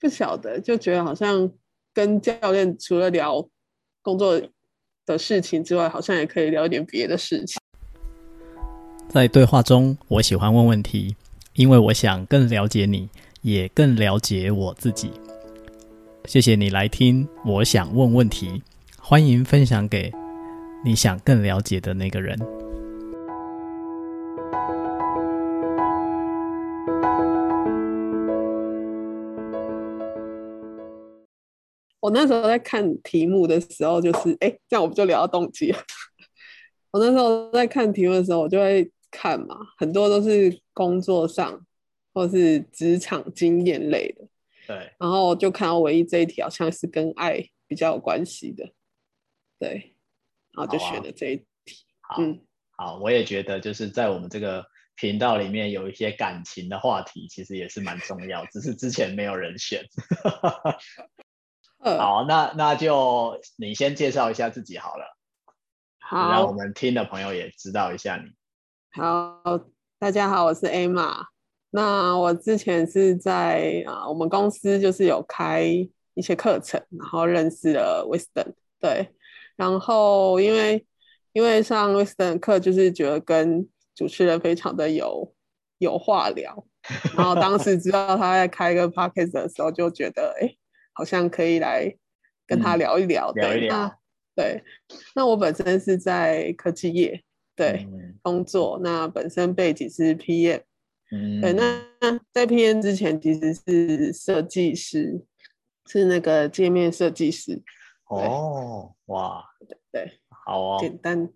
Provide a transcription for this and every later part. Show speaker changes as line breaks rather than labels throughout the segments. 不晓得，就觉得好像跟教练除了聊工作的事情之外，好像也可以聊一点别的事情。
在对话中，我喜欢问问题，因为我想更了解你，也更了解我自己。谢谢你来听，我想问问题，欢迎分享给你想更了解的那个人。
我那时候在看题目的时候，就是哎、诶这样我们就聊到动机了。 我那时候在看题目的时候，我就会看嘛，很多都是工作上或是职场经验类的。
对，
然后就看到唯一这一题好像是跟爱比较有关系的，对，然后就
好啊
选了这一题。
好，
嗯，
好，我也觉得就是在我们这个频道里面有一些感情的话题，其实也是蛮重要，只是之前没有人选。
二
好，那那就你先介绍一下自己好了，让我
好
们听的朋友也知道一下你。
好，大家好，我是 Emma。那我之前是在啊、呃我们公司就是有开一些课程，然后认识了 Wisdom，对，然后因为因为上 Wisdom 课就是觉得跟主持人非常的有有话聊，然后当时知道他在开一个 podcast 的时候，就觉得哎、诶好像可以来跟他
嗯
聊一聊，
聊
对
一聊
那对，那我本身是在科技业，对。
嗯，
工作，那本身背景是 PM，
嗯
对，那那在 PM 之前其实是设计师，是那个界面设计师，
哦，哇，
对，
好哦，
简单，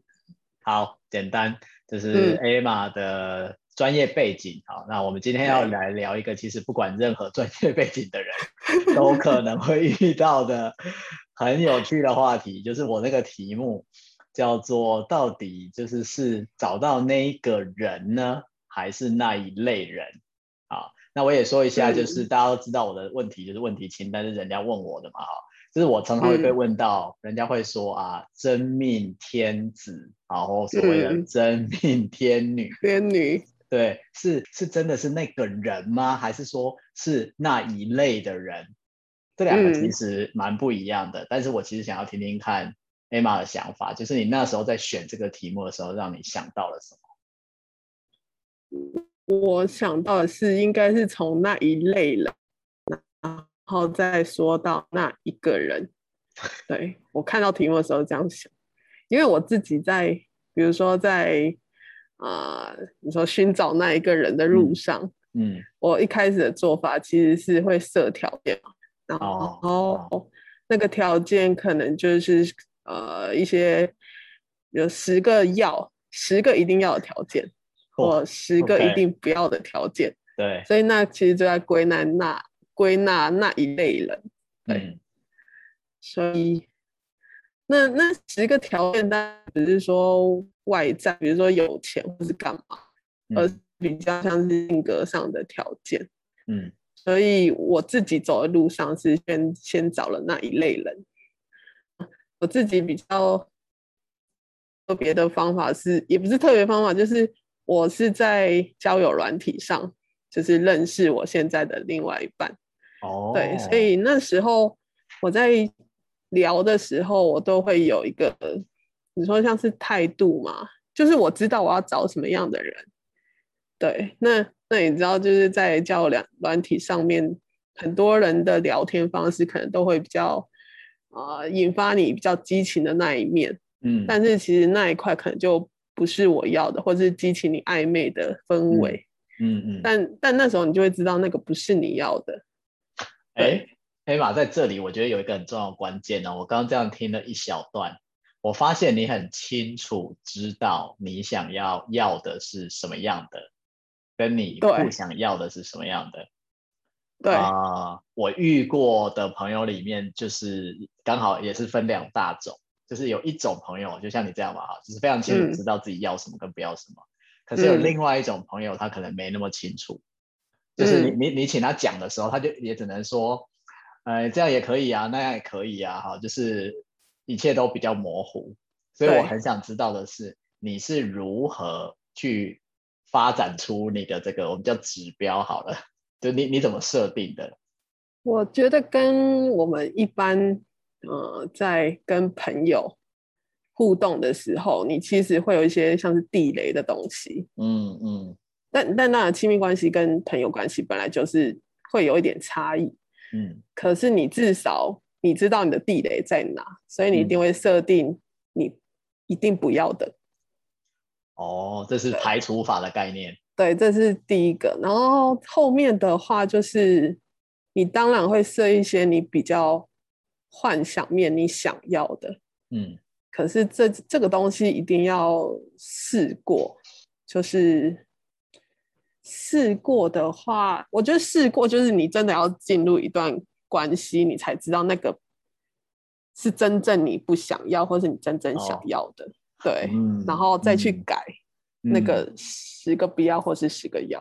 好，简单，这
嗯
是 Emma 的专业背景。好，那我们今天要
对
来聊一个，其实不管任何专业背景的人 都可能会遇到的很有趣的话题，就是我那个题目叫做“到底就是是找到那一个人呢，还是那一类人？”好，那我也说一
嗯
下，就是大家都知道我的问题就是问题清单是人家问我的嘛，哈，就是我常常会被
嗯
问到，人家会说啊，真命天子，然后所谓的
嗯
真命天女，
编女，
对，是是真的是那个人吗？还是说是那一类的人？这两个其
嗯
实蛮不一样的，但是我其实想要听听看 Emma 的想法，就是你那时候在选这个题目的时候，让你想到了什么？
我想到的是应该是从那一类人，然后再说到那一个人。对我看到题目的时候这样想，因为我自己在，比如说在，啊，你说寻找那一个人的路
嗯
上。
嗯
我一开始的做法其实是会设条件嘛，然
哦
后那个条件可能就是呃一些有十个要，十个一定要的条件，
哦
或十个
，OK
一定不要的条件，
对，
所以那其实就在归纳那归纳那一类人，对
嗯
所以那那十个条件，当然只是说外在，比如说有钱或是干嘛，而
嗯
比较像是性格上的条件。
嗯
所以我自己走的路上是先先找了那一类人。我自己比较特别的方法是，也不是特别方法，就是我是在交友软体上，就是认识我现在的另外一半。
哦，
对，所以那时候我在聊的时候，我都会有一个你说像是态度嘛，就是我知道我要找什么样的人。对，那那你知道就是在交友软软体上面，很多人的聊天方式可能都会比较啊、呃引发你比较激情的那一面，
嗯
但是其实那一块可能就不是我要的，或是激起你暧昧的氛
嗯
围。
嗯嗯，
但但那时候你就会知道那个不是你要的。
哎，黑马在这里，我觉得有一个很重要的关键哦呢、我刚刚这样听了一小段，我发现你很清楚知道你想要要的是什么样的，跟你
对
不想要的是什么样的。
对，
啊、我遇过的朋友里面，就是刚好也是分两大种，就是有一种朋友，就像你这样嘛，哈，就是非常清楚
嗯
知道自己要什么跟不要什么。可是有
嗯
另外一种朋友，他可能没那么清楚，就是你
嗯
你你请他讲的时候，他就也只能说，呃，这样也可以啊，那样也可以啊，哈，就是一切都比较模糊。所以我
对
很想知道的是，你是如何去 发展出你的这个我们叫指标好了，就你你怎么设定的？
我觉得跟我们一般，呃，在跟朋友互动的时候，你其实会有一些像是地雷的东西。
嗯嗯
但但那亲密关系跟朋友关系本来就是会有一点差异，
嗯
可是你至少你知道你的地雷在哪，所以你一定会设定你一定不要的。
哦，这是排除法的概念。
对，这是第一个。然后后面的话就是，你当然会设一些你比较幻想面你想要的，
嗯
可是这这个东西一定要试过，就是试过的话，我觉得试过就是你真的要进入一段关系，你才知道那个是真正你不想要，或是你真正想
哦
要的。对，
嗯
然后再去
嗯
改那
嗯
个十个不要或是十个要。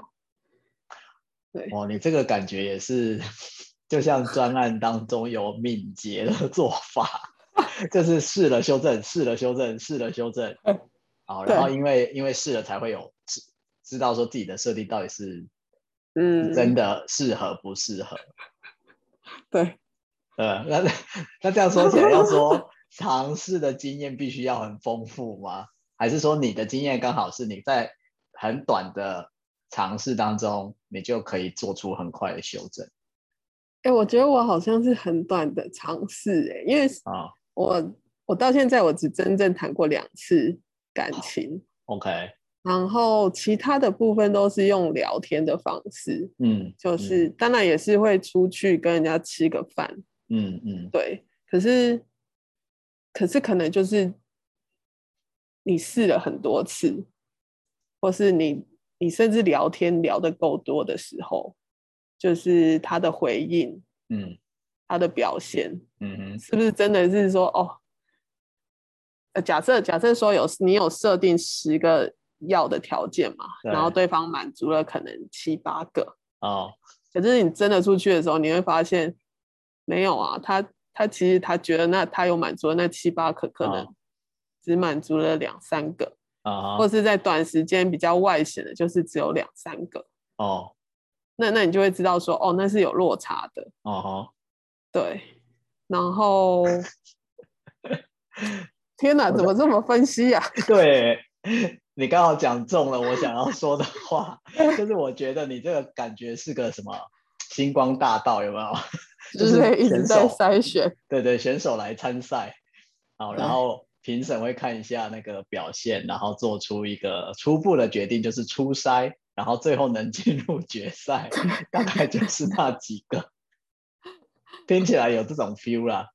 哦，你这个感觉也是， 就像专案当中有敏捷的做法， 就是试了修正，试了修正，试了修正
嗯。
好，然后
对
因为因为试了才会有知知道说自己的设定到底是
嗯，
真的适合不适合。
对，
呃，那那这样说起来，要 说尝试的经验必须要很丰富吗？还是说你的经验刚好是你在很短的尝试当中，你就可以做出很快的修正
哎、我觉得我好像是很短的尝试，哎，因为
啊
我我到现在我只真正谈过两次感情，
？OK，
然后其他的部分都是用聊天的方式，
嗯，
就是、当然也是会出去跟人家吃个饭，
嗯嗯
对，可是可是可能就是你试了很多次，或是你你甚至聊天聊得够多的时候，就是他的回应、
嗯
他的表现，
嗯嗯
是不是真的是说哦？呃，假设假设说有你有设定十个要的条件嘛，然后对方满足了可能七八个，
哦
可是你真的出去的时候，你会发现没有啊，他他其实他觉得那他有满足的那七八个，可能只满足了两三个，
啊
或
哈
是在短时间比较外显的，就是只有两三个，
哦
那那你就会知道说哦，那是有落差的，
哦哈
对，然后天哪，怎么这么分析 呀、
对，你刚好讲中了我想要说的话，就是我觉得你这个感觉是个什么星光大道有没 有？就
之
是
类一直
选
在
手
筛选，
对对，选手来参赛，好，然
对
后评审会看一下那个表现，然后做出一个初步的决定，就是初筛，然后最后能进入决赛，大概就是那几个。 听起来有这种 feel 啦，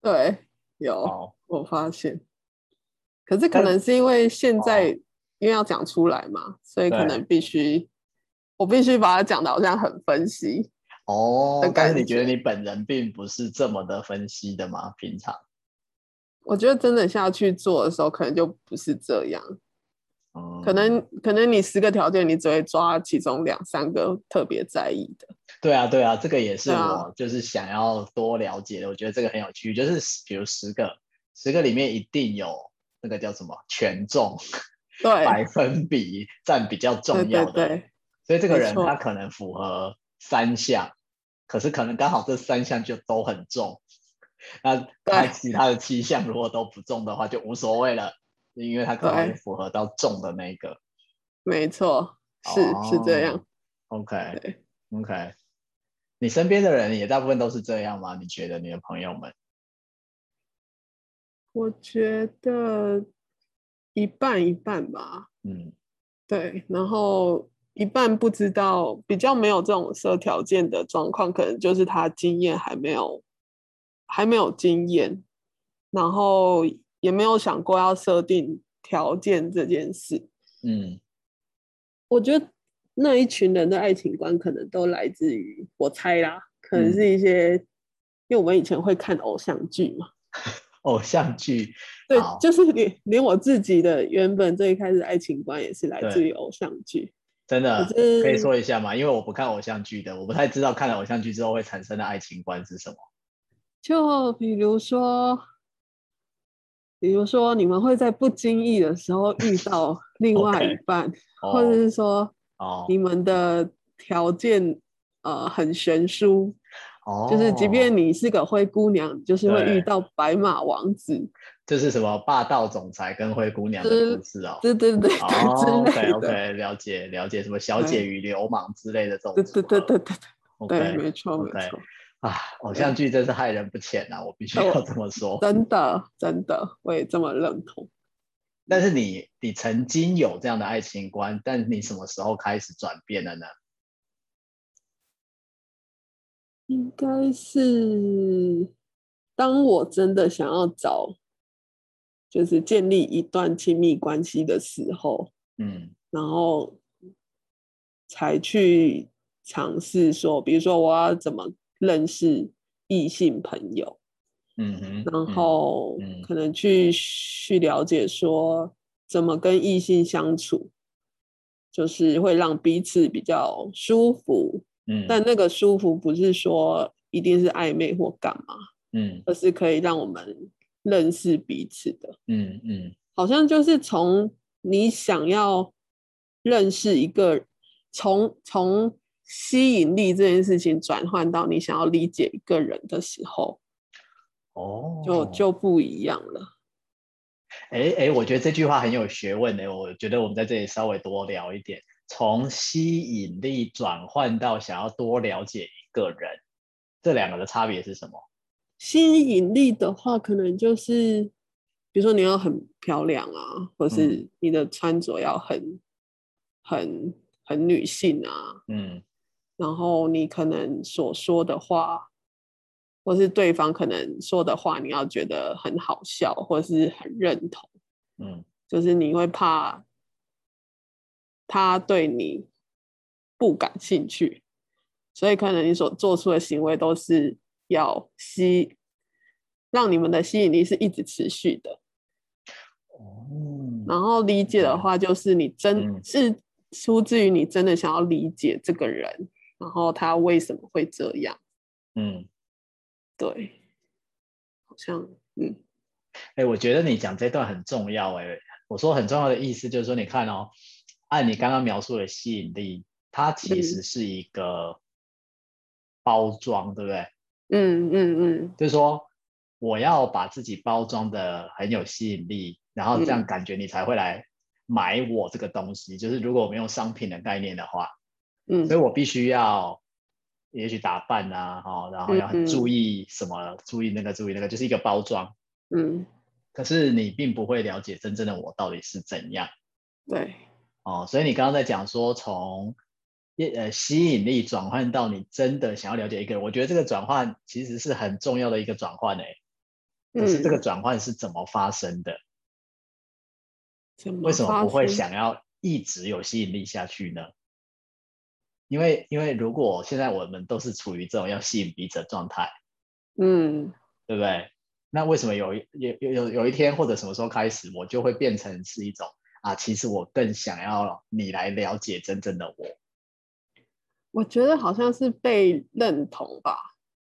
对，有、
哦，
我发现，可是可
但
能是因为现在
哦
因为要讲出来嘛，所以可
对
能必须我必须把它讲的好像很分析，
哦
的，
但是
感
你觉得
觉
你本人并不是这么的分析的吗？平常，
我觉得真的下去做的时候，可能就不是这样，
嗯，
可能可能你十个条件，你只会抓其中两三个特别在意的，
对啊，对啊，这个也是
对啊
我就是想要多了解的。我觉得这个很有趣，就是十比如十个，十个里面一定有那个叫什么权重
对，
百分比占比较
对
重要
对
的。
对，
所以这个
没
人
错
他可能符合三项，可是可能刚好这三项就都很重。那他
对
其他的七项如果都不中的话，就无所谓了，因为他刚好
对
就符合到重的那一个。
没错，是、是这样
哦，。OK
对
OK，你身边的人也大部分都是这样吗？你觉得你的朋友们？
我觉得一半一半吧，
嗯
对，然后一半不知道，比较没有这种设条件的状况，可能就是他经验还没有，还没有经验，然后也没有想过要设定条件这件事。
嗯
我觉得那一群人的爱情观可能都来自于，我猜啦，可能
嗯
是一些，因为我们以前会看偶像剧嘛，
偶像剧
对
好，
就是连连我自己的原本最开始爱情观也是来自
对
于偶像剧，
真的
可是
可以说一下吗？因为我不看偶像剧的，我不太知道看了偶像剧之后会产生的爱情观是什么。
就比如说，比如说你们会在不经意的时候遇到 另外一
OK
半
哦
或者是说
哦
你们的条件呃很悬殊，
哦，
就是即便你是个灰姑娘，就是会遇
对
到白马王子，
这是什么霸道总裁跟灰姑娘的
之
故事哦。
对对对
哦
对之
，OK
类的，
OK，了解了解，什么小姐
对
与流氓之类的这种
对
组合，
对对对对对，
，OK
没错没
OK
错，
啊，偶像剧真是害人不浅啊，我必须
对
要
我
这么说。
真的真的，我也这么认同。
但是你你曾经有这样的爱情观，但你什么时候开始转变了呢？
应该是当我真的想要找，就是建立一段亲密关系的时候，
嗯
然后才去尝试说，比如说我要怎么认识异性朋友，
嗯哼，
然后
嗯
可能去去了解说怎么跟异性相处，就是会让彼此比较舒服，
嗯，嗯
但那个舒服不是说一定是暧昧或干嘛，
嗯
而是可以让我们认识彼此的。
嗯嗯
好像就是从你想要认识一个，从从吸引力这件事情转换到你想要理解一个人的时候，
哦，
就就不一样了。
哎哎，我觉得这句话很有学问的，我觉得我们在这里稍微多聊一点，从吸引力转换到想要多了解一个人，这两个的差别是什么？
吸引力的话，可能就是比如说你要很漂亮啊，或
嗯
是你的穿着要很很很女性啊，
嗯
然后你可能所说的话，或是对方可能说的话，你要觉得很好笑，或是很认同，
嗯
就是你会怕他对你不感兴趣，所以可能你所做出的行为都是要吸，让你们的吸引力是一直持续的。
哦，
然后理解的
嗯
话，就是你真、
嗯
是出自于你真的想要理解这个人，然后他为什么会这样。
嗯。
对，好像嗯，
哎、我觉得你讲这段很重要哎、我说很重要的意思就是说，你看哦，按你刚刚描述的吸引力，它其
嗯
实是一个包装，对不对？
嗯嗯嗯，
就是说，我要把自己包装的很有吸引力，然后这样
嗯
感觉你才会来买我这个东西。就是如果我们用商品的概念的话，
嗯
所以我必须要，也许打扮啊，哈、然后要
嗯
很
嗯
注意什么，注意那个，注意那个，就是一个包装。
嗯，
可是你并不会了解真正的我到底是怎样
对，
哦，所以你刚刚在讲说从一呃吸引力转换到你真的想要了解一个人，我觉得这个转换其实是很重要的一个转换诶。欸可是这个
嗯
转换是怎么发生的？
怎
为什么
发
不会
生？
想要一直有吸引力下去呢？因为因为如果现在我们都是处于这种要吸引彼此的状态，
嗯
对不对？那为什么有一有有有有一天或者什么时候开始，我就会变成是一种啊，其实我更想要你来了解真正的我。
我觉得好像是被认同吧。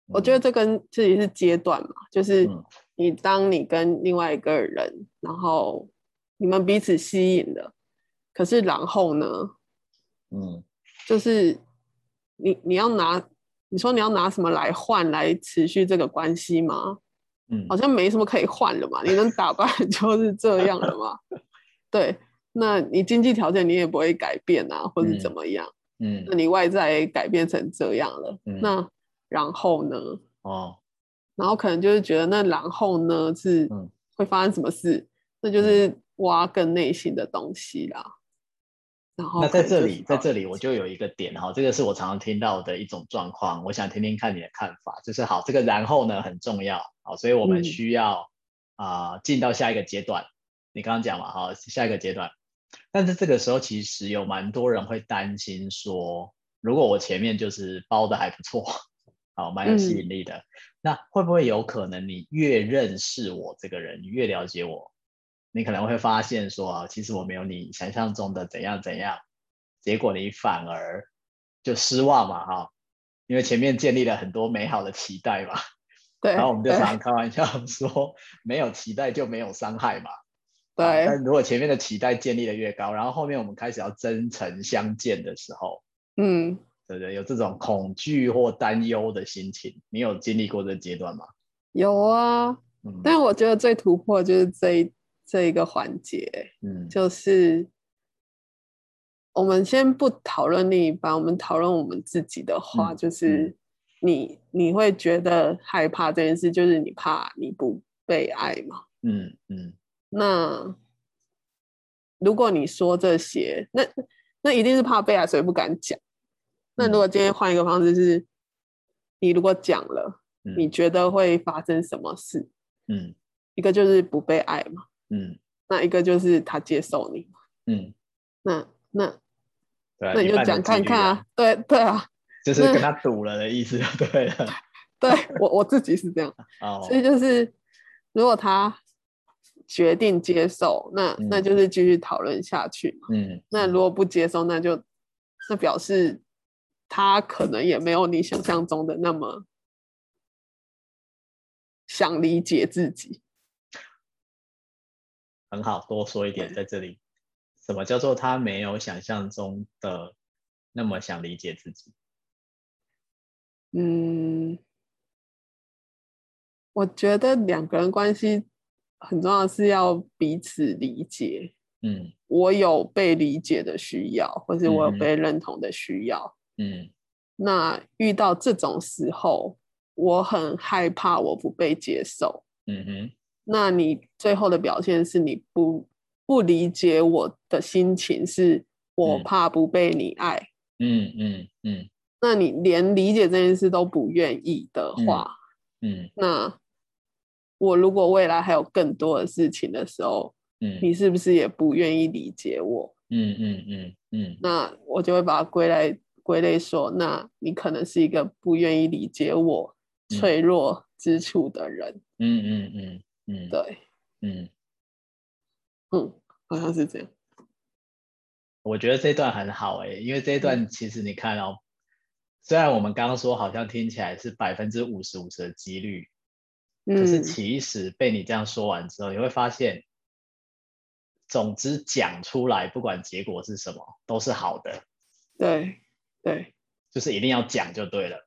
我觉得这跟自己是阶段嘛，就是
嗯
你当你跟另外一个人，然后你们彼此吸引了，可是然后呢，
嗯
就是你你要拿，你说你要拿什么来换来持续这个关系吗？
嗯
好像没什么可以换了嘛，你能打扮就是这样了 嘛。对，那你经济条件你也不会改变啊，或是怎
嗯
么样？
嗯
那你外在也改变成这样了，
嗯
那然后呢？
哦
然后可能就是觉得那然后呢是
嗯
会发生什么事？那就是挖更内心的东西啦。然后
那在
可能
这
就
里
是，
在这里我就有一个点哈，这个是我常常听到的一种状况，我想听听看你的看法。就是好，这个然后呢很重要，好，所以我们
嗯
需要啊、进到下一个阶段。你刚刚讲嘛，哈，下一个阶段。但是这个时候其实有蛮多人会担心说，如果我前面就是包的还不错，好，蛮有吸
嗯
引力的，那会不会有可能你越认识我这个人，你越了解我，你可能会发现说啊，其实我没有你想象中的怎样怎样，结果你反而就失望嘛哈、因为前面建立了很多美好的期待嘛，
对，
然后我们就
对
常常开玩笑说，没有期待就没有伤害嘛。啊
对，
但如果前面的期待建立的越高，然后后面我们开始要真诚相见的时候，
嗯，
对不对？有这种恐惧或担忧的心情，你有经历过这阶段吗？
有啊，
嗯
但我觉得最突破就是这一这一个环节，
嗯
就是我们先不讨论另一半，我们讨论我们自己的话，
嗯
就是你你会觉得害怕这件事，就是你怕你不被爱嘛？
嗯嗯
那如果你说这些，那那一定是怕被爱，所以不敢讲。那如果今天换一个方式是，你如果讲了，
嗯，
你觉得会发生什么事？
嗯
一个就是不被爱嘛，
嗯
那一个就是他接受你嘛。
嗯，
那那
对啊，
那你
一
就
半的
讲
几
看
率
看
啊
啊，对对啊，
就是
那
跟他赌了的意思，就对了。
对我我自己是这样，
哦
所，以就是如果他决定接受，那那
嗯
就是继续讨论下去嘛。
嗯，
那如果不接受，那就那表示他可能也没有你想象中的那么想理解自己。
很好，多说一点在这里。什么叫做他没有想象中的那么想理解自己？
嗯，我觉得两个人关系很重要的是要彼此理解。
嗯
我有被理解的需要，或是我有
嗯
被认同的需要。
嗯
那遇到这种时候，我很害怕我不被接受。
嗯哼
那你最后的表现是你不不理解我的心情，是我
嗯
怕不被你爱。
嗯嗯嗯
那你连理解这件事都不愿意的话，
嗯
那我如果未来还有更多的事情的时候，
嗯
你是不是也不愿意理解我？
嗯嗯嗯嗯
那我就会把它归类归类说，那你可能是一个不愿意理解我
嗯
脆弱之处的人。
嗯嗯嗯嗯
对，
嗯。
嗯，好像是这样。
我觉得这段很好诶、因为这一段其实你看哦，虽然我们刚刚说好像听起来是百分之五十五十的几率，可是
嗯
其实被你这样说完之后，你会发现，总之讲出来，不管结果是什么，都是好的，
对，对，
就是一定要讲就对了，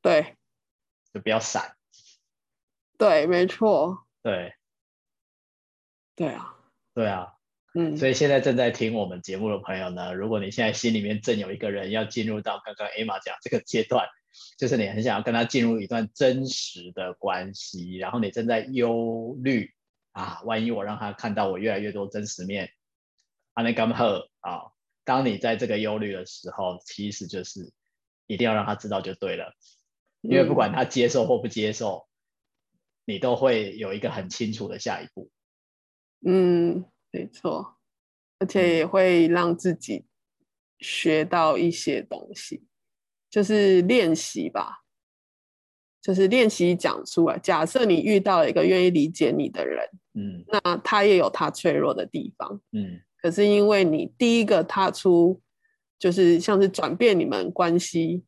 对，
就不要闪。
对，没错，
对
对啊，
对啊，
嗯，
所以现在正在听我们节目的朋友呢，如果你现在心里面正有一个人要进入到刚刚 Emma 讲这个阶段，就是你很想要跟他进入一段真实的关系，然后你正在忧虑啊，万一我让他看到我越来越多真实面，啊，那刚好啊，当你在这个忧虑的时候，其实就是一定要让他知道就对了，因为不管他接受或不接受，你都会有一个很清楚的下一步。
嗯，嗯，没错，而
嗯
且也会让自己学到一些东西，就是练习吧，就是练习讲出来。假设你遇到了一个愿意理解你的人，
嗯
那他呃也有他脆弱的地方，
嗯
可是因为你第一个踏出，就是像是转变你们关系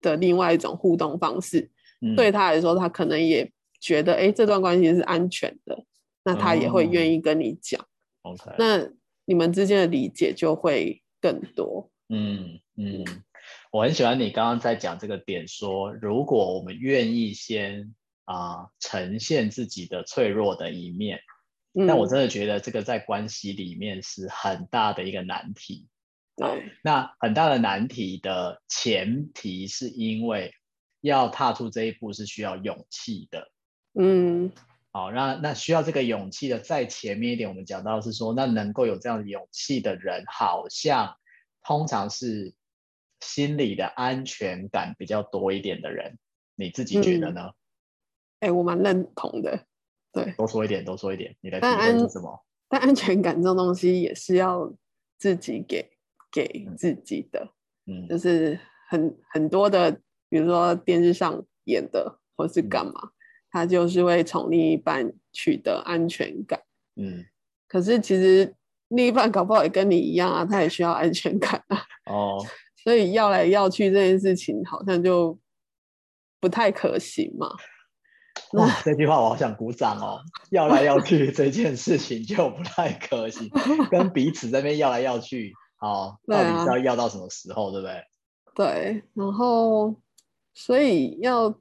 的另外一种互动方式，
嗯，
对他来说，他可能也觉得，哎、这段关系是安全的，那他也
哦
会愿意跟你讲。
，OK。
那你们之间的理解就会更多。
嗯嗯，我很喜欢你刚刚在讲这个点说，如果我们愿意先啊、呈现自己的脆弱的一面，
嗯，
但我真的觉得这个在关系里面是很大的一个难题。
对，
那很大的难题的前提是因为要踏出这一步是需要勇气的。
嗯
好，那那需要这个勇气的，在前面一点，我们讲到是说，那能够有这样的勇气的人，好像通常是心理的安全感比较多一点的人，你自己觉
嗯
得呢？
哎、我蛮认同的。
多说一点，多说一点，你的体
但
会
安
是什么？
但安全感这种东西也是要自己给给自己的，
嗯
就是很很多的，比如说电视上演的，或是干嘛，他就是会从另一半取得安全感。
嗯，
可是其实另一半搞不好也跟你一样啊，他也需要安全感啊，
哦，
所以要来要去这件事情好像就不太可行嘛。
哇，这句话我好想鼓掌哦！要来要 去这件事情就不太可行，跟彼此这边要来要去，哦，
对
到
啊
底是要要到什么时候，对不对？
对，然后所以要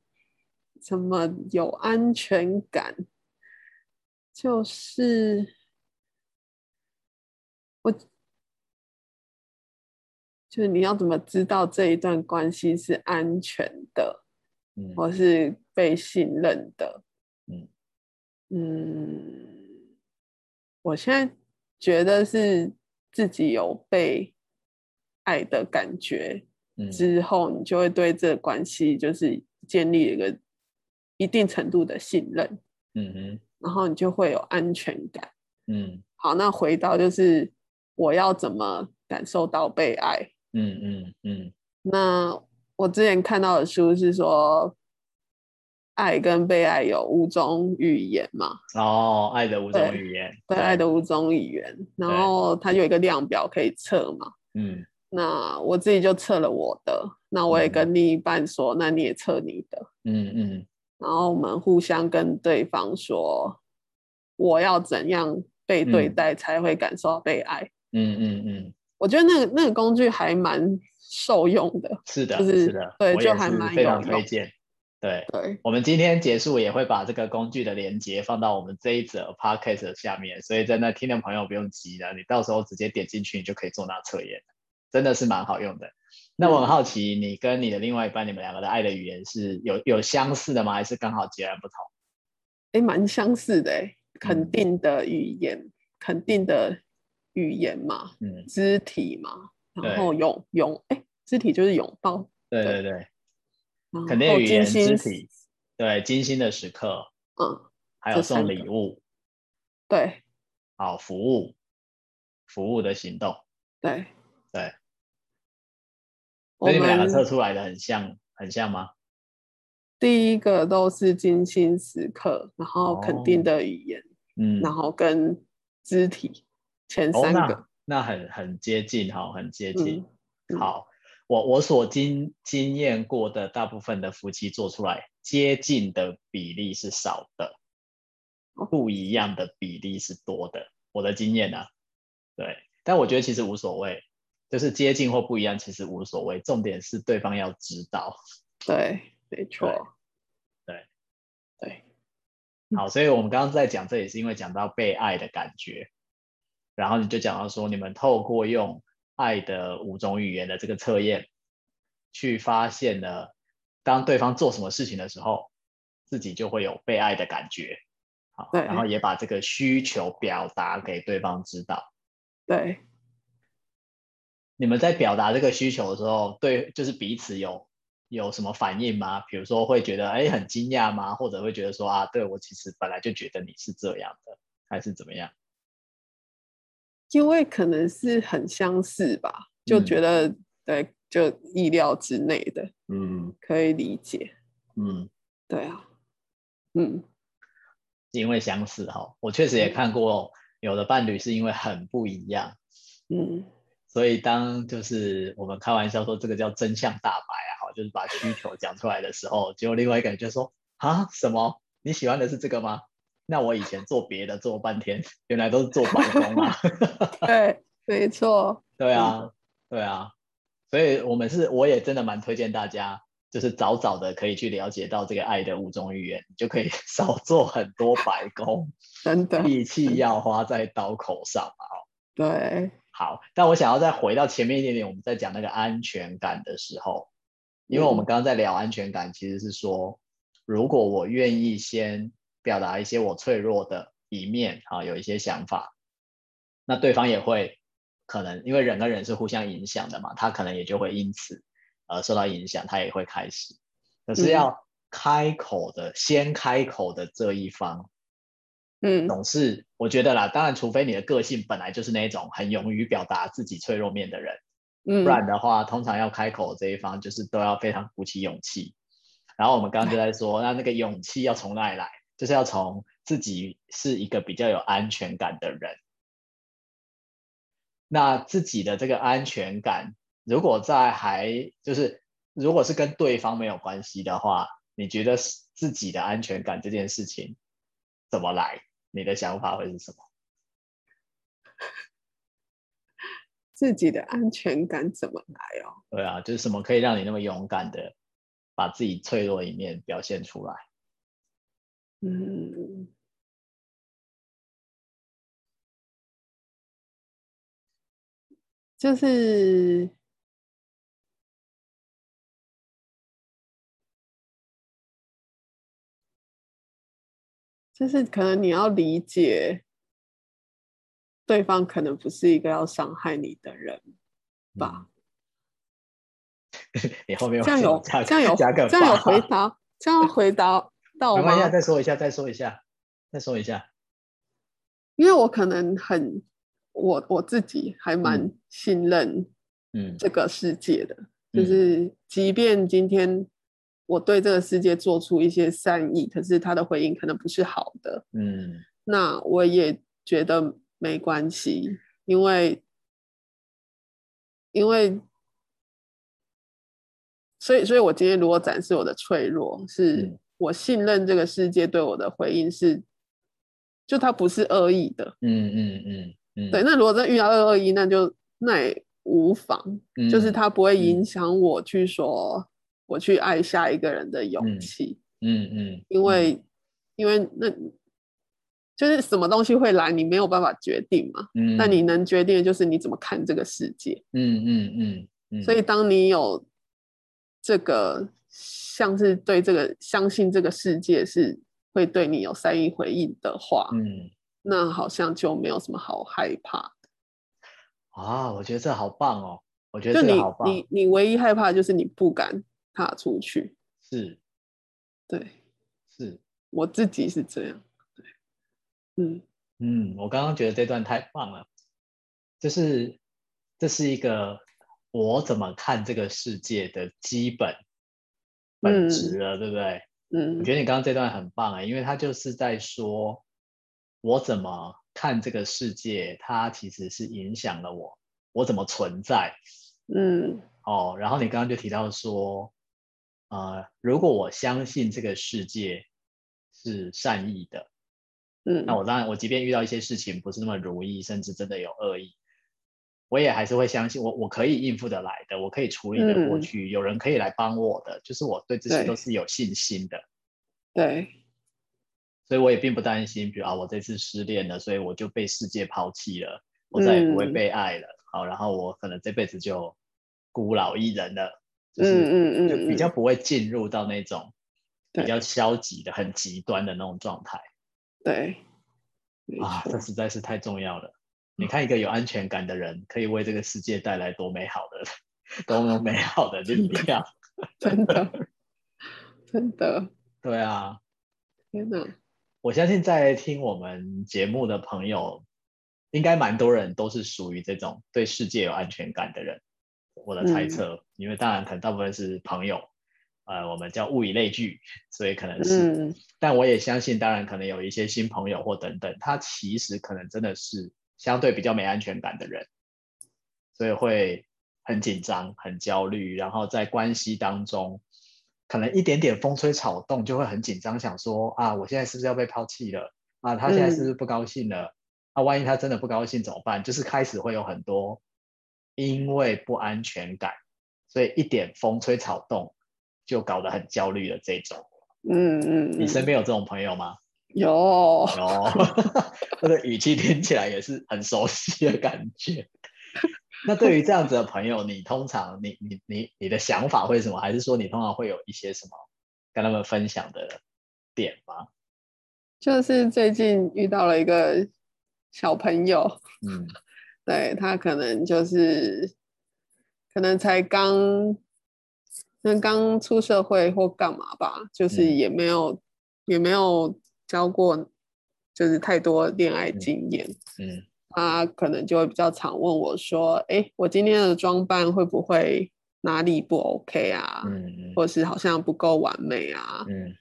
怎么有安全感，就是我，就是你要怎么知道这一段关系是安全的，
嗯
或是被信任的？
嗯
嗯，我现在觉得是自己有被爱的感觉。
嗯
之后，你就会对这个关系就是建立一个一定程度的信任，
嗯哼
然后你就会有安全感。
嗯
好，那回到就是我要怎么感受到被爱？
嗯嗯嗯
那我之前看到的书是说，爱跟被爱有五种语言嘛，
哦，爱的五种
对
语言，
对，爱的五种语言，然
对
后它有一个量表可以测嘛。
嗯
那我自己就测了我的，那我也
嗯
跟另一半说，那你也测你的。
嗯嗯
然后我们互相跟对方说，我要怎样被对
嗯
待才会感受到被爱。
嗯嗯嗯，
我觉得那个那个工具还蛮受用的。
是的，
就是
的，
对
我
就
也
还
是
蛮
非
有
常推
用
荐。对
对，
我们今天结束也会把这个工具的连接放到我们这一则 podcast 的下面，所以真的听的朋友不用急了，你到时候直接点进去，你就可以做那测验，真的是蛮好用的。那
嗯
我很好奇，你跟你的另外一半，你们两个的爱的语言是有有相似的吗？还是刚好截然不同？
诶，蛮相似的诶，肯
嗯
定的语言，肯定的语言嘛，
嗯，
肢体嘛，
对
然后拥拥，诶，肢体就是拥抱，
对对
对
对，
然
肯定的
后
语
精
言、肢
心
体，对精心的时刻，
嗯，
还有
这三
送
个
礼物，
对
好服务，服务的行动。
对
对，
我
所以你们两个
们
测出来的很像，很像吗？
第一个都是精心时刻，然后肯定
哦
的语言。
嗯，
然后跟肢体前
哦，
三个，
那那很很接近哈，很接近。
嗯嗯
好，我我所经经验过的大部分的夫妻做出来接近的比例是少的，
哦
不一样的比例是多的。我的经验啊，对，但我觉得其实无所谓，就是接近或不一样其实无所谓，重点是对方要知道。
对，没错，
对
对，
好，所以我们刚刚在讲，这也是因为讲到被爱的感觉，然后你就讲到说，你们透过用爱的五种语言的这个测验，去发现了当对方做什么事情的时候，自己就会有被爱的感觉。好，
对
然后也把这个需求表达给对方知道。
对，
你们在表达这个需求的时候，对，就是彼此有有什么反应吗？比如说会觉得哎很惊讶吗？或者会觉得说啊，对我其实本来就觉得你是这样的，还是怎么样？
因为可能是很相似吧，就
嗯
觉得、对，就意料之内的，
嗯
可以理解，
嗯，
对啊，嗯，
因为相似哈、我确实也看过有的伴侣是因为很不一样，
嗯，
所以当就是我们开玩笑说这个叫真相大白啊，好，就是把需求讲出来的时候，结果另外一个人就说啊什么你喜欢的是这个吗？那我以前做别的做半天，原来都是做白工啊。
对，没错，
对
真
啊，对啊，所以我们是，我也真的蛮推荐大家，就是早早的可以去了解到这个爱的五种语言，你就可以 少做很多白工，
真 的，
力气要花在刀口上嘛。
对，
好，但我想要再回到前面一点点，我们在讲那个安全感的时候，因为我们
嗯
刚刚在聊安全感，其实是说，如果我愿意先表达一些我脆弱的一面啊，有一些想法，那对方也会可能，因为人跟人是互相影响的嘛，他可能也就会因此呃受到影响，他也会开始。可
嗯
是要开口的，先开口的这一方，
嗯，
总是我觉得啦，当然，除非你的个性本来就是那种很勇于表达自己脆弱面的人，
嗯
不，然的话，通常要开口这一方就是都要非常鼓起勇气。然后我们刚刚就在说，那那个勇气要从哪里来？就是要从自己是一个比较有安全感的人。那自己的这个安全感，如果在还就是如果是跟对方没有关系的话，你觉得是自己的安全感这件事情怎么来？你的想法会是什么？
自己的安全感怎么来哦？
对啊，就是什么可以让你那么勇敢的把自己脆弱一面表现出来？
嗯，就是就是可能你要理解对方可能不是一个要伤害你的人吧。
嗯你后面
这样
会
有
加
这样有
加个
这样有
八
回答，这样回答到
没
吗
关？系啊，再说一下，再说一下，再说一下。
因为我可能很我我自己还蛮信任
嗯
这个世界的，
嗯
就是即便今天我对这个世界做出一些善意，可是他的回应可能不是好的，
嗯
那我也觉得没关系，因为因为所以所以我今天如果展示我的脆弱，是
嗯
我信任这个世界对我的回应是，就他不是恶意的。
嗯嗯嗯嗯，
对，那如果真的遇到二二一，那就那也无妨，
嗯，
就是它不会
嗯
影响我去说我去爱下一个人的勇
嗯
气，
嗯，嗯嗯，
因为、因为那就是什么东西会来，你没有办法决定嘛。
嗯，
但你能决定的就是你怎么看这个世界。
嗯嗯嗯嗯，
所以当你有这个像是对这个相信这个世界是会对你有善意回应的话，
嗯
那好像就没有什么好害怕。
啊，我觉得这好棒哦，我觉
就
得这
你
个好棒，
你你唯一害怕的就是你不敢踏出去。
是
对
是，
我自己是这样，对，嗯
嗯，我刚刚觉得这段太棒了，就是这是一个我怎么看这个世界的基本本质了，对不对？我
嗯
觉得你刚刚这段很棒啊、因为他就是在说我怎么看这个世界，它其实是影响了我，我怎么存在
嗯
哦。然后你刚刚就提到说，呃，如果我相信这个世界是善意的，
嗯，
那我当然，我即便遇到一些事情不是那么如意，甚至真的有恶意，我也还是会相信我，我可以应付得来的，我可以处理的过
嗯
去，有人可以来帮我的，就是我对这些
对
都是有信心的。
对，
所以我也并不担心，比如啊，我这次失恋了，所以我就被世界抛弃了，我再也不会
嗯
被爱了，好，然后我可能这辈子就孤老一人了，就是
嗯嗯
就
嗯，
比
嗯
较不会进入到那种比
对
较消极的、很极端的那种状态
嗯对，没
啊，
错嗯
这实在是太重要了。你看，一个有安全感的人，可以为这个世界带来多美好的、 多么美好的力 量。
真的真的，
对啊，
天哪，
我相信在听我们节目的朋友，应该蛮多人都是属于这种对世界有安全感的人。我的猜测，因为当然可能大部分是朋友，呃，我们叫物以类聚，所以可能是。
嗯
但我也相信，当然可能有一些新朋友或等等，他其实可能真的是相对比较没安全感的人，所以会很紧张、很焦虑，然后在关系当中，可能一点点风吹草动就会很紧张，想说啊，我现在是不是要被抛弃了？啊，他现在是不是不高兴了？啊，万一他真的不高兴怎么办？就是开始会有很多因为不安全感，所以一点风吹草动就搞得很焦虑的这种。
嗯嗯，
你身
嗯
边有这种朋友吗？
有
有，这个语气听起来也是很熟悉的感觉。那对于这样子的朋友，你通常你你你你的想法会是什么？还是说你通常会有一些什么跟他们分享的点吗？
就是最近遇到了一个小朋友，
嗯
对他可能就是可能才刚，那刚出社会或干嘛吧，就是
嗯
也没有、也没有交过，就是太多恋爱经验。
嗯
他可能就会比较常问我说：“哎，我今天的装扮会不会哪里不 OK 啊？
嗯
或是好像不够完美啊？
嗯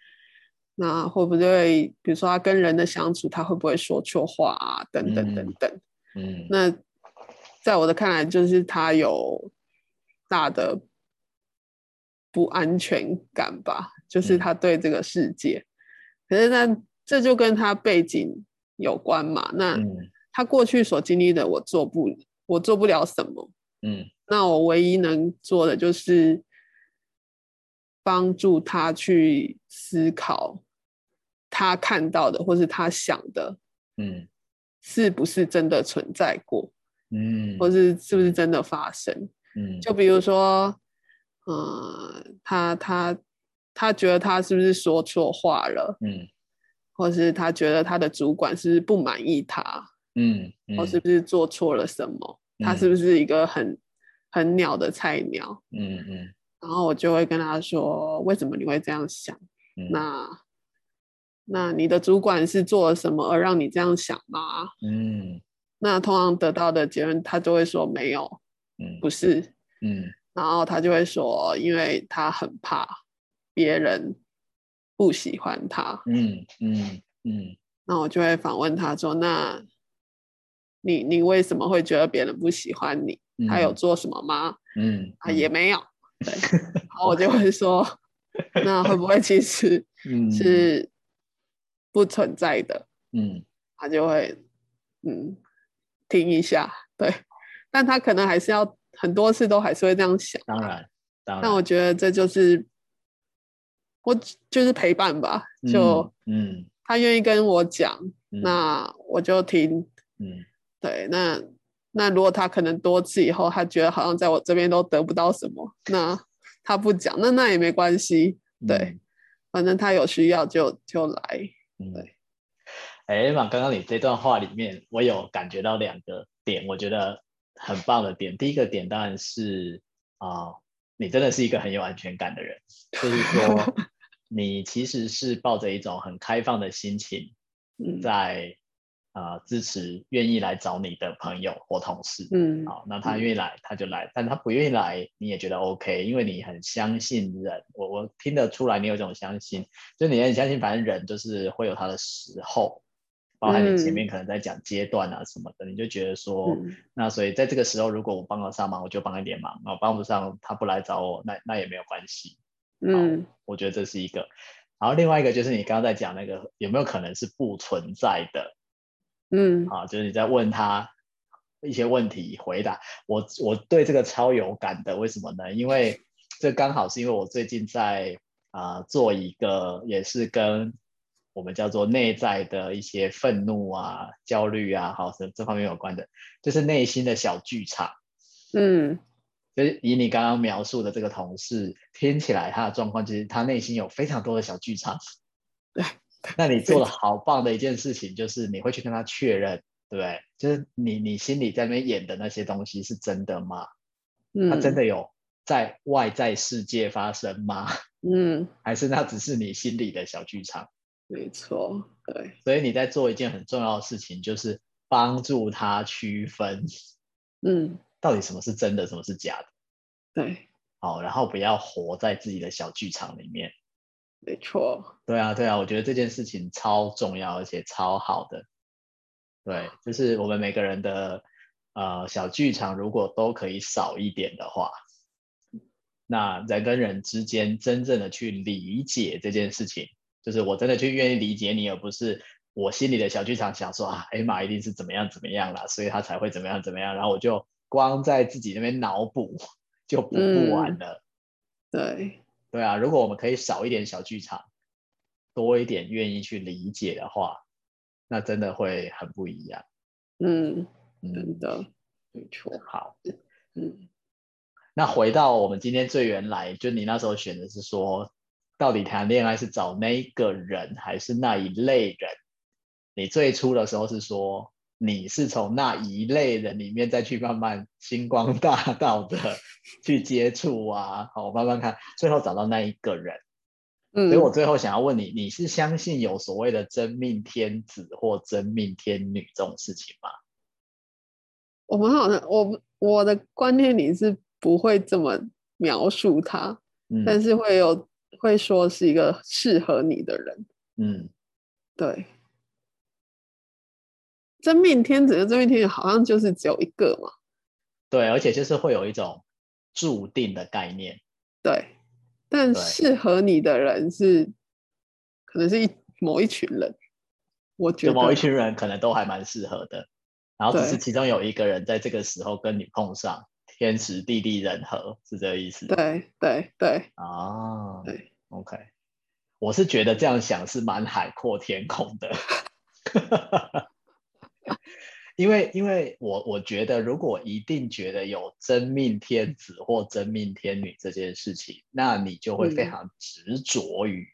那会不会，比如说他跟人的相处，他会不会说错话啊？等等等
嗯
等。
嗯
那在我的看来，就是他有大的不安全感吧，就是
嗯
他对这个世界。可是那这就跟他背景有关嘛？那
嗯
他过去所经历的，我做不我做不了什么，
嗯
那我唯一能做的就是帮助他去思考他看到的或是他想的
嗯
是不是真的存在过，
嗯，
或是是不是真的发生。
嗯
就比如说，呃，他他他觉得他是不是说错话了，
嗯
或是他觉得他的主管是不是不满意他，
嗯嗯，
或是不是做错了什么，他是不是一个很很鸟的菜鸟？
嗯嗯
然后我就会跟他说，为什么你会这样想？
嗯，
那那你的主管是做了什么而让你这样想吗？
嗯
那通常得到的结论，他就会说没有，
嗯
不是。
嗯
然后他就会说，因为他很怕别人不喜欢他。
嗯嗯嗯
那我就会反问他说，那你你为什么会觉得别人不喜欢你？
嗯，
他有做什么吗？
嗯
啊，也没 有。对，然后我就会说，那会不会其实
嗯
是不存在的？
嗯
他就会嗯听一下，对，但他可能还是要很多次都还是会这样想。
当然当
但
然，
我觉得这就是我就是陪伴吧，就
嗯
他愿意跟我讲，
嗯
那我就听。
嗯
对，那那如果他可能多次以后，他觉得好像在我这边都得不到什么，那他不讲，那那也没关系，对，反正他有需要就就来。
对。哎嘛，嗯刚刚你这段话里面，我有感觉到两个点，我觉得很棒的点。第一个点当然是啊、你真的是一个很有安全感的人，就是 说你其实是抱着一种很开放的心情，
嗯
在啊、支持愿意来找你的朋友或同事。
嗯
好，那他愿意来他就来，但他不愿意来你也觉得 OK，因为你很相信人。我我听得出来你有一种相信，就你很相信，反正人就是会有他的时候，包含你前面可能在讲阶段啊什么的，你就觉得说，
嗯
那所以在这个时候如果我帮得上忙，我就帮一点忙，那我帮不上他不来找我，那那也没有关系。
嗯
我觉得这是一个。然后另外一个就是你刚刚在讲那个有没有可能是不存在的，
嗯
啊，就是你在问他一些问题回答。我我对这个超有感的，为什么呢？因为这刚好是因为我最近在啊、做一个也是跟我们叫做内在的一些愤怒啊、焦虑啊，好这这方面有关的，就是内心的小剧场。
嗯
就是以你刚刚描述的这个同事，听起来他的状况，其实他内心有非常多的小剧场。
对，
那你做了好棒的一件事情，就是你会去跟他确认，对不对？就是你你心里在那边演的那些东西是真的吗？
嗯，
他真的有在外在世界发生吗？
嗯，
还是那只是你心里的小剧场？
没错，对，
所以你在做一件很重要的事情，就是帮助他区分
嗯
到底什么是真的，什么是假的。
对，
好，然后不要活在自己的小剧场里面。
没错，
对啊，对啊，我觉得这件事情超重要，而且超好的。对，就是我们每个人的呃小剧场，如果都可以少一点的话，那人跟人之间真正的去理解这件事情，就是我真的去愿意理解你，而不是我心里的小剧场想说啊，艾玛一定是怎么样怎么样啦，所以他才会怎么样怎么样，然后我就光在自己那边脑补， 就补不完了。
对，
对啊，如果我们可以少一点小剧场，多一点愿意去理解的话，那真的会很不一样。
嗯，
嗯，
真的，没错，
好，
嗯
那回到我们今天最原来，就你那时候选的是说，到底谈恋爱是找那一个人还是那一类人？你最初的时候是说你是从那一类人里面再去慢慢星光大道的 去接触啊，好，慢慢看，最后找到那一个人。
嗯，
所以我最后想要问你，你是相信有所谓的真命天子或真命天女这种事情吗？
我们好像我我的观念里是不会这么描述他，但
嗯
是会有会说是一个适合你的人。
嗯
对，真命天子的真命天女好像就是只有一个嘛。
对，而且就是会有一种注定的概念。
对，但
对
适合你的人是可能是一某一群人，我觉
就
得
某一群人可能都还蛮适合的，然后只是
对
其中有一个人在这个时候跟你碰上，天时地利人和是这个意思。
对对对，
啊，
对
，OK，我是觉得这样想是蛮海阔天空的， 因为因为我我觉得如果一定觉得有真命天子或真命天女这件事情，那你就会非
嗯
常执着于，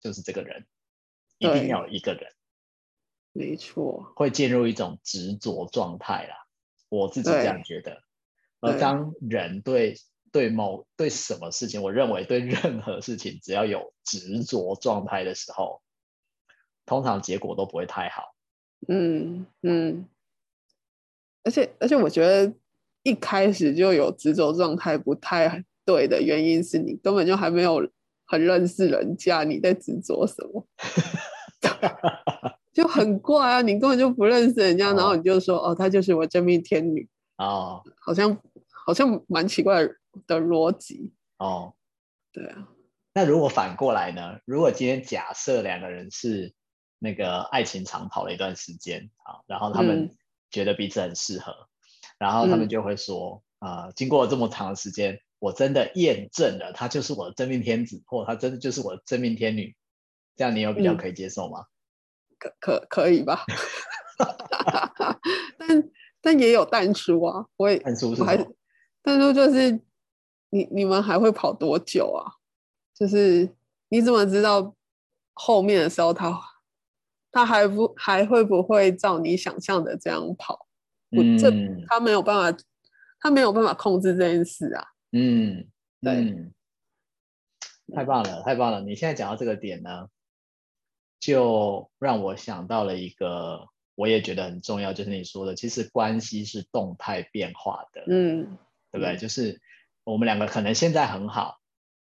就是这个人，一
对
定要有一个人。
没错，
会进入一种执着状态啦，我自己这样觉得。而
对
当人对对某对什么事情，我认为对任何事情只要有执着状态的时候，通常结果都不会太好。
嗯嗯，而且而且我觉得一开始就有执着状态不太对的原因是你根本就还没有很认识人家，你在执着什么？就很怪啊！你根本就不认识人家，然后
哦
你就说哦，她就是我真命天女，
哦
好像好像蛮奇怪的逻辑。
哦，
对啊，
那如果反过来呢？如果今天假设两个人是那个爱情长跑了一段时间啊，然后他们觉得彼此很适合，然后他
嗯
们就会说啊、经过这么长的时间，我真的验证了他就是我的真命天子，或他真的就是我的真命天女。这样你有比较
嗯
可以接受吗？
可可可以吧？ 但但也有淡出啊，我也
看书是
我
什
还
么？
淡出就是你你们还会跑多久啊？就是你怎么知道后面的时候他他还不还会不会照你想象的这样跑？我这
嗯
他没有办法，他没有办法控制这件事啊。
嗯，
对
嗯，太棒了，太棒了！你现在讲到这个点呢，就让我想到了一个，我也觉得很重要，就是你说的，其实关系是动态变化的，
嗯，
对不对？
嗯
就是我们两个可能现在很好，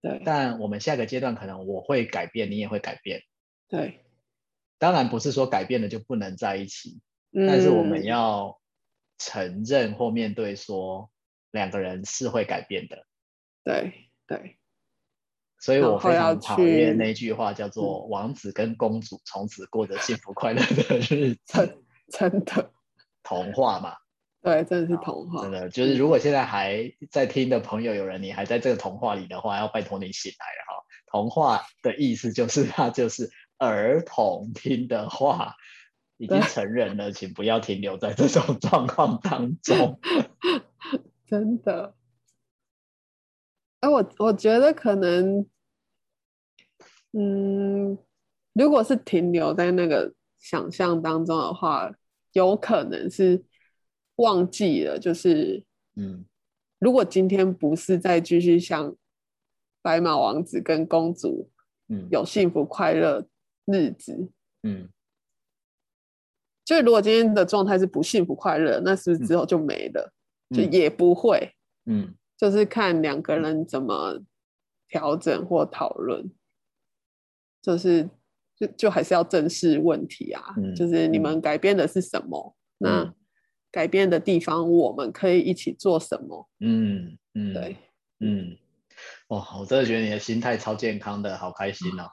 对
但我们下个阶段可能我会改变，你也会改变。
对，
当然不是说改变了就不能在一起，但是我们
嗯
要承认或面对说，两个人是会改变的。
对对，
所以
然
我
后
非
要
常讨厌
去嗯
那句话，叫做“王子跟公主从此过着幸福快乐的日 子
真真的”，
童话嘛，
对，真的是童话
真。的
嗯
就是，如果现在还在听的朋友有人，你还在这个童话里的话，要拜托你醒来了哈。童话的意思就是它就是儿童听的话，已经
对
成人了，请不要停留在这种 状况 当中。
真的。哎、我我觉得可能，嗯，如果是停留在那个想象当中的话，有可能是忘记了，就是
嗯
如果今天不是再继续像白马王子跟公主
嗯
有幸福快乐日子，
嗯
就是如果今天的状态是不幸福快乐，那是不是之后就没了？就
嗯
也不会。
嗯
就是看两个人怎么调整或讨论，就是就就还是要正视问题啊，
嗯
就是你们改变的是什么，
嗯
那改变的地方我们可以一起做什么？
嗯嗯，
对，
嗯，哇，我真的觉得你的心态超健康的，好开心哦！
嗯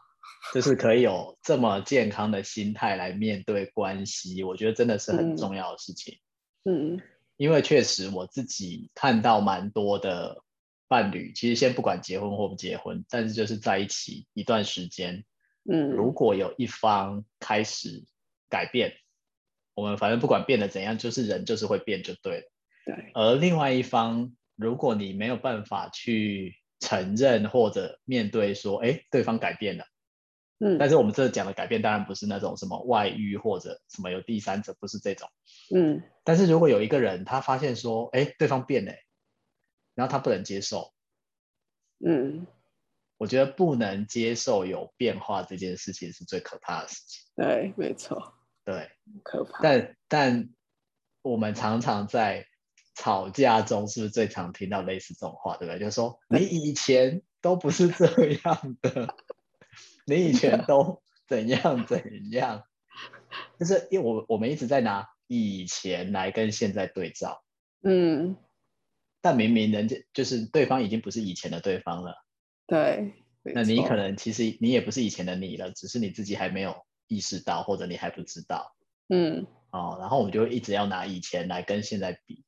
就是可以有这么健康的心态来面对关系，我觉得真的是很
嗯
重要的事情。
嗯
因为确实我自己看到蛮多的伴侣，其实先不管结婚或不结婚，但是就是在一起一段时间，如
嗯，
果有一方开始改变，我们反正不管变得怎样，就是人就是会变就对了。
对，
而另外一方，如果你没有办法去承认或者面对说，哎，对方改变了，但
嗯
是我们这讲的改变当然不是那种什么外遇或者什么有第三者，不是这种。
嗯
但是如果有一个人他发现说，哎，对方变了，然后他不能接受，
嗯，
我觉得不能接受有变化这件事情是最可怕的事情。
对，没错，
对，
可怕。
但但我们常常在吵架中，是不是最常听到类似这种话，对不对？就是说你以前都不是这样的， 你以前都怎样怎样，就是因为我我们一直在拿以前来跟现在对照，
嗯，
但明明人家就是对方已经不是以前的对方了，
对，没
那你
错
可能其实你也不是以前的你了，只是你自己还没有意识到，或者你还不知道。
嗯
哦，然后我们就一直要拿以前来跟现在比，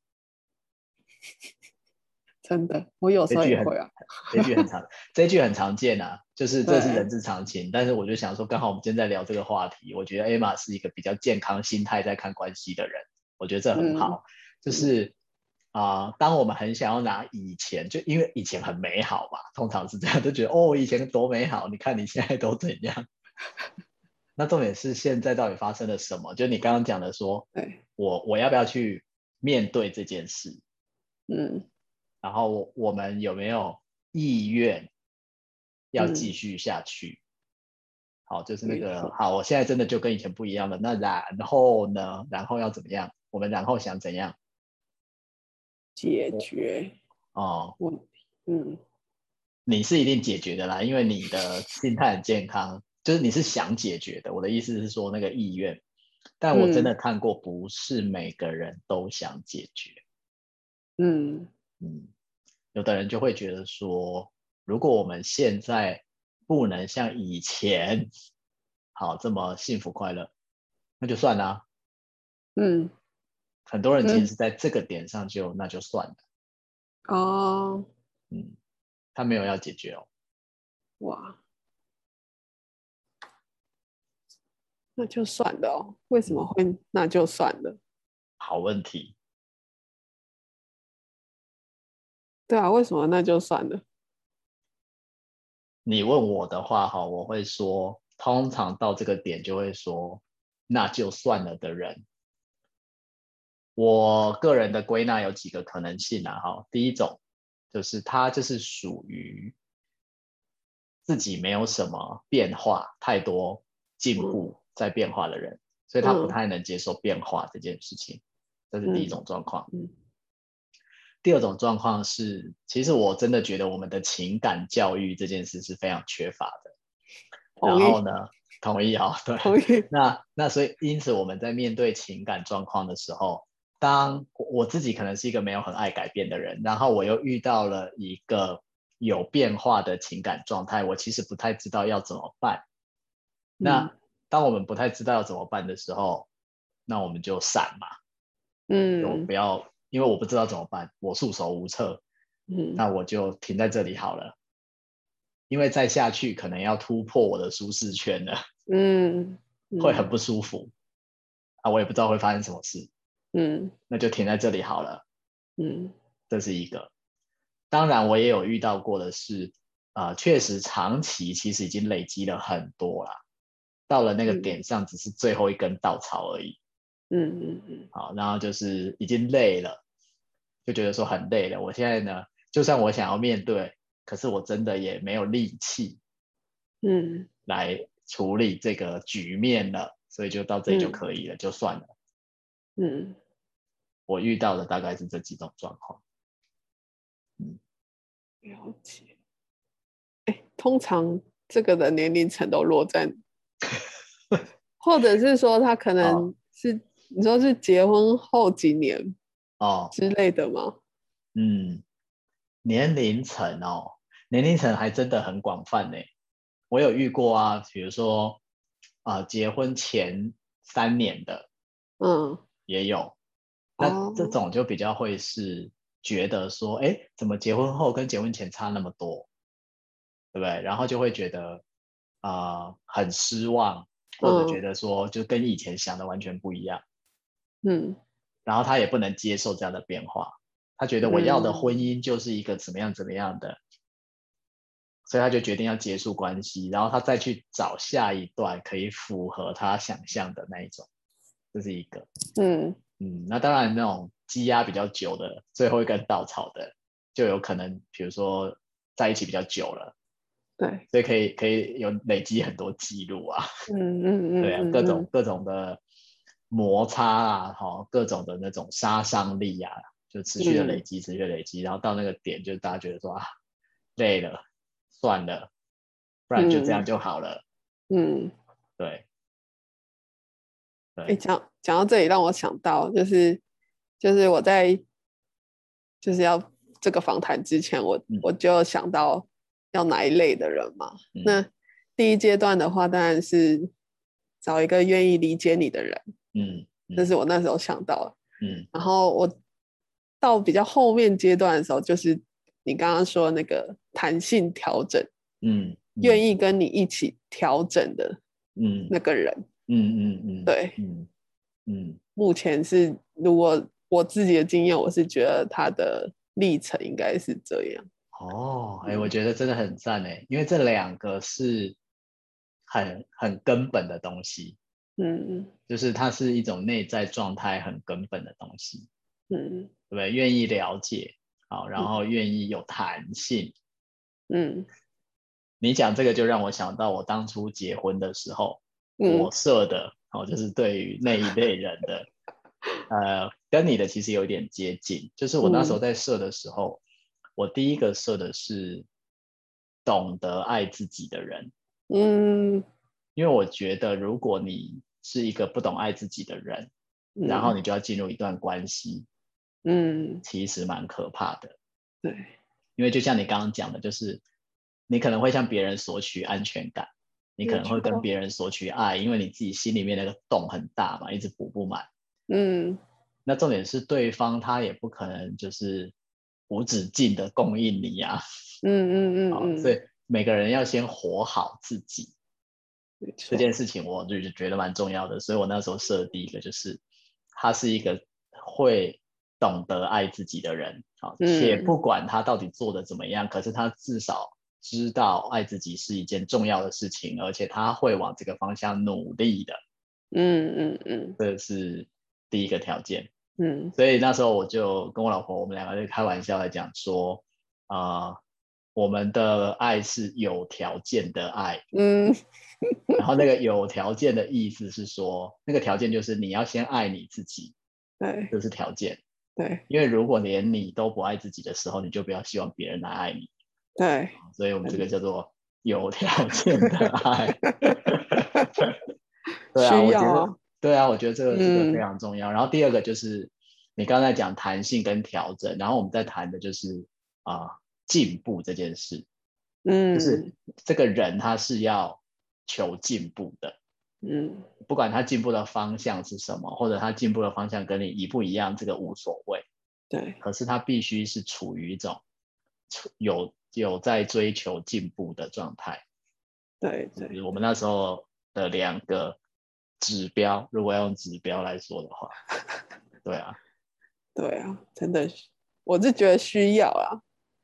真的，我有时候
这句
也
很
会啊。
这句很常，这句很常见啊，就是这是
对
人之常情。但是我就想说，刚好我们今天在聊这个话题，我觉得 Emma 是一个比较健康心态在看关系的人，我觉得这很
嗯
好。就是啊、当我们很想要拿以前，就因为以前很美好嘛，通常是这样，就觉得哦，以前多美好，你看你现在都 怎样。那重点是现在到底发生了什么？就你刚刚讲的说，
对，
我我要不要去面对这件事？
嗯
然后我我们有没有意愿要
嗯
继续下去？好，就是那
没
个
错
好，我现在真的就跟以前不一样了。那然后呢？然后要怎么样？我们然后想怎样？
解决
哦，
问题，嗯，
你是一定解决的啦，因为你的心态很健康，就是你是想解决的。我的意思是说那个意愿，但我真的看过，不是每个人都想解决。
嗯，
嗯，有的人就会觉得说，如果我们现在不能像以前好这么幸福快乐，那就算啦、
嗯，
很多人其实
嗯
是在这个点上就那就算了，
哦，
嗯，他没有要解决哦。
哇，那就算了哦。为什么会那就算了？
好问题，
对啊，为什么那就算了？
你问我的话哈，我会说，通常到这个点就会说，那就算了的人。我个人的归纳有几个可能性啊，哈，第一种就是他就是属于自己没有什么变化，太多进步在变化的人，所以他不
嗯
太能接受变化这件事情，这是第一
嗯
种状况。
嗯
第二种状况是，其实我真的觉得我们的情感教育这件事是非常缺乏的。然
同意
后呢，同意啊、对，
同意，
那那所以，因此我们在面对情感状况的时候，当我我自己可能是一个没有很爱改变的人，然后我又遇到了一个有变化的情感状态，我其实不太知道要怎么办。 那
嗯
当我们不太知道要怎么办的时候，那我们就闪嘛，我
嗯
不要，因为我不知道怎么办，我束手无策，
嗯
那我就停在这里好了。因为再下去可能要突破我的舒适圈了，
嗯，
会很不舒服啊！我也不知道会发生什么事，
嗯
那就停在这里好了。
嗯
这是一个。当然，我也有遇到过的是，啊、确实长期其实已经累积了很多啦，到了那个
嗯
点上，只是最后一根稻草而已。
嗯嗯嗯
好，然后就是已经累了，就觉得说很累了。我现在呢，就算我想要面对，可是我真的也没有力气
嗯
来处理这个局面了，所以就到这里就
嗯
可以了，就算了。
嗯，
我遇到的大概是这几种状况。
了解。哎，通常这个的年龄层都落 在，或者是说他可能是你说是结婚后几年
哦，
之类的吗？
嗯，年龄层哦，年龄层还真的很广泛呢。我有遇过啊，比如说啊、结婚前三年的
嗯，
也有，那这
哦
种就比较会是觉得说，哎，怎么结婚后跟结婚前差那么多，对不对？然后就会觉得啊、很失望，或
嗯
者觉得说就跟以前想的完全不一样。
嗯
然后他也不能接受这样的变化，他觉得我要的
嗯
婚姻就是一个怎么样怎么样的，所以他就决定要结束关系，然后他再去找下一段可以符合他想象的那一种，这是一个。
嗯
嗯，那当然那种积压比较久的，最后一根稻草的，就有可能，比如说在一起比较久了，
对，
所以可以可以有累积很多记录啊。
嗯嗯嗯，
对啊，
嗯
各种各种的摩擦啊，哈，各种的那种杀伤力啊，就持续的
嗯
累积，持续的累积，然后到那个点，就大家觉得说啊，累了，算了，不然就这样
嗯
就好了。
嗯，
对，
哎、讲讲到这里，让我想到就是就是我在就是要这个访谈之前，我、
嗯
我就想到要哪一类的人嘛。
嗯
那第一阶段的话，当然是找一个愿意理解你的人，
嗯
这是我那时候想到的。
嗯
然后我到比较后面阶段的时候，就是你刚刚说那个弹性调整，
嗯，
愿
意，
意跟你一起调整的
嗯
那个人。
嗯嗯嗯，
对，
嗯嗯
目前是如果我自己的经验，我是觉得他的历程应该是这样。
哦，哎、我觉得真的很赞哎，因为这两个是很很根本的东西，
嗯
就是它是一种内在状态很根本的东西，
嗯
对不对？愿意了解，好，然后愿意有弹性。
嗯
你讲这个就让我想到我当初结婚的时候，我
嗯
设的哦，就是对于那一类人的，呃，跟你的其实有点接近。就是我那时候在设的时候，我第一个设的是懂得爱自己的人，
嗯，
因为我觉得如果你是一个不懂爱自己的人，然后你就要进入一段关系，
嗯
其实蛮可怕的。
对，
因为就像你刚刚讲的，就是你可能会向别人索取安全感，你可能会
没
跟
错
别人索取爱，因为你自己心里面那个洞很大嘛，一直补不满。
嗯
那重点是对方他也不可能就是无止境的供应你啊，
嗯嗯嗯
啊
嗯，
所以每个人要先活好自己
没
这
错，
件事情，我就觉得蛮重要的。所以我那时候设的第一个就是，他是一个会懂得爱自己的人，啊，
嗯
且不管他到底做的怎么样，可是他至少知道爱自己是一件重要的事情，而且他会往这个方向努力的，
嗯嗯嗯
这是第一个条件。
嗯
所以那时候我就跟我老婆，我们两个就开玩笑来讲说，啊、我们的爱是有条件的爱，
嗯
然后那个有条件的意思是说，那个条件就是你要先爱你自己，
对
这是条件。
对
因为如果连你都不爱自己的时候，你就不要希望别人来爱你。
对，
所以我们这个叫做有条件的爱。对啊，
需要
我觉得
啊，
对啊，我觉得这个这个
嗯
非常重要。然后第二个就是你刚才讲弹性跟调整，然后我们在谈的就是啊、进步这件事，
嗯
就是这个人他是要求进步的，
嗯
不管他进步的方向是什么，或者他进步的方向跟你一不一样，这个无所谓。
对，
可是他必须是处于一种处有有在追求进步的状态。
对对，
我们那时候的两个指标，如果要用指标来说的 话，对啊，
对啊，真的是，我是觉得需要啊。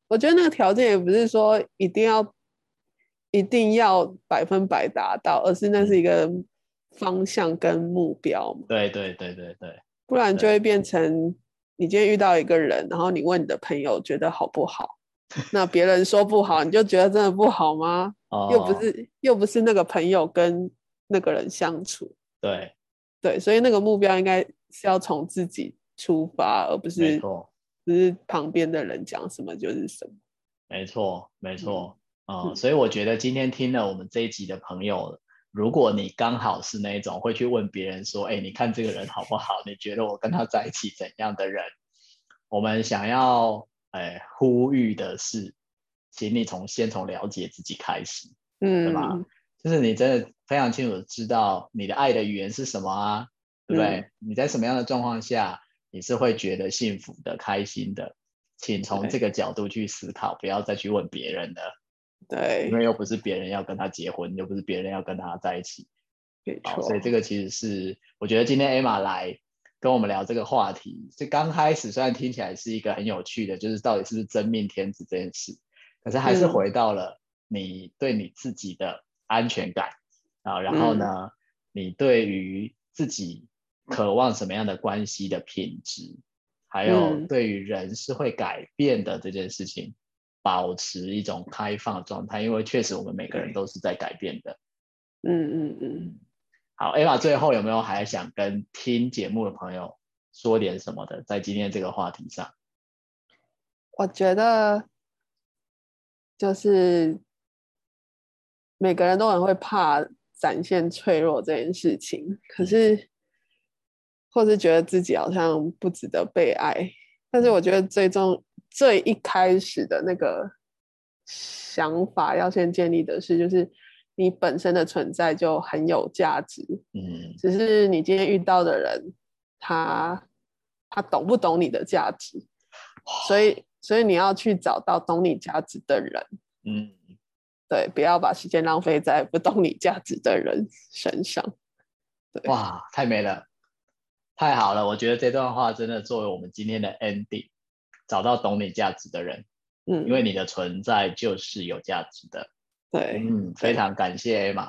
我觉得那个条件也不是说一定要一定要百分百达到，而是那是一个方向跟目标嘛，
对对对对对，
不然就
对
会变成你今天遇到一个人，然后你问你的朋友觉得好不 好，那别人说不好，你就觉得真的不好吗？
哦，
又不是又不是那个朋友跟那个人相处，
对，
对，所以那个目标应该是要从自己出发，而不
没
是
错，
不是旁边的人讲什么就是什么。
没错，没错，啊、
嗯
所以我觉得今天听了我们这一集的朋友，如果你刚好是那一种会去问别人说，哎，你看这个人好不好？你觉得我跟他在一起怎样的人？我们想要，哎，呼吁的是，请你从先从了解自己开始。
嗯，
吧就是你真的非常清楚地知道你的爱的语言是什么啊，对不对？你在什么样的状况下你是会觉得幸福的、开心的？请从
对
这个角度去思考，不要再去问别人了，因
对，
为又不是别人要跟他结婚，又不是别人要跟他在一起。
没
好，
错
所，以这个其实是我觉得今天 Emma 来跟我们聊这个话题，这刚开始虽然听起来是一个很有趣的，就是到底是不是真命天子这件事，可是还是
嗯
回到了你对你自己的安全感啊，然后呢，
嗯
你对于自己渴望什么样的关系的品质，还有
嗯
对于人是会改变的这件事情。保持一种开放的状态，因为确实我们每个人
对
都是在改变的。
嗯嗯嗯，
好，Eva，最后有没有还想跟听节目的朋友说点什么的，在今天这个话题上？
我觉得就是每个人都很会怕展现脆弱这件事情，可是或是觉得自己好像不值得被爱，但是我觉得最终最一开始的那个想法要先建立的是，就是你本身的存在就很有价值，
嗯
只是你今天遇到的人，他他懂不懂你的价值，所以所以你要去找到懂你价值的人，
嗯，
对，不要把时间浪费在不懂你价值的人身上。对，
哇，太美了，太好了！我觉得这段话真的作为我们今天的 ending，找到懂你价值的人，
嗯，
因为你的存在就是有价值的。
对，
嗯，非常感谢 Emma。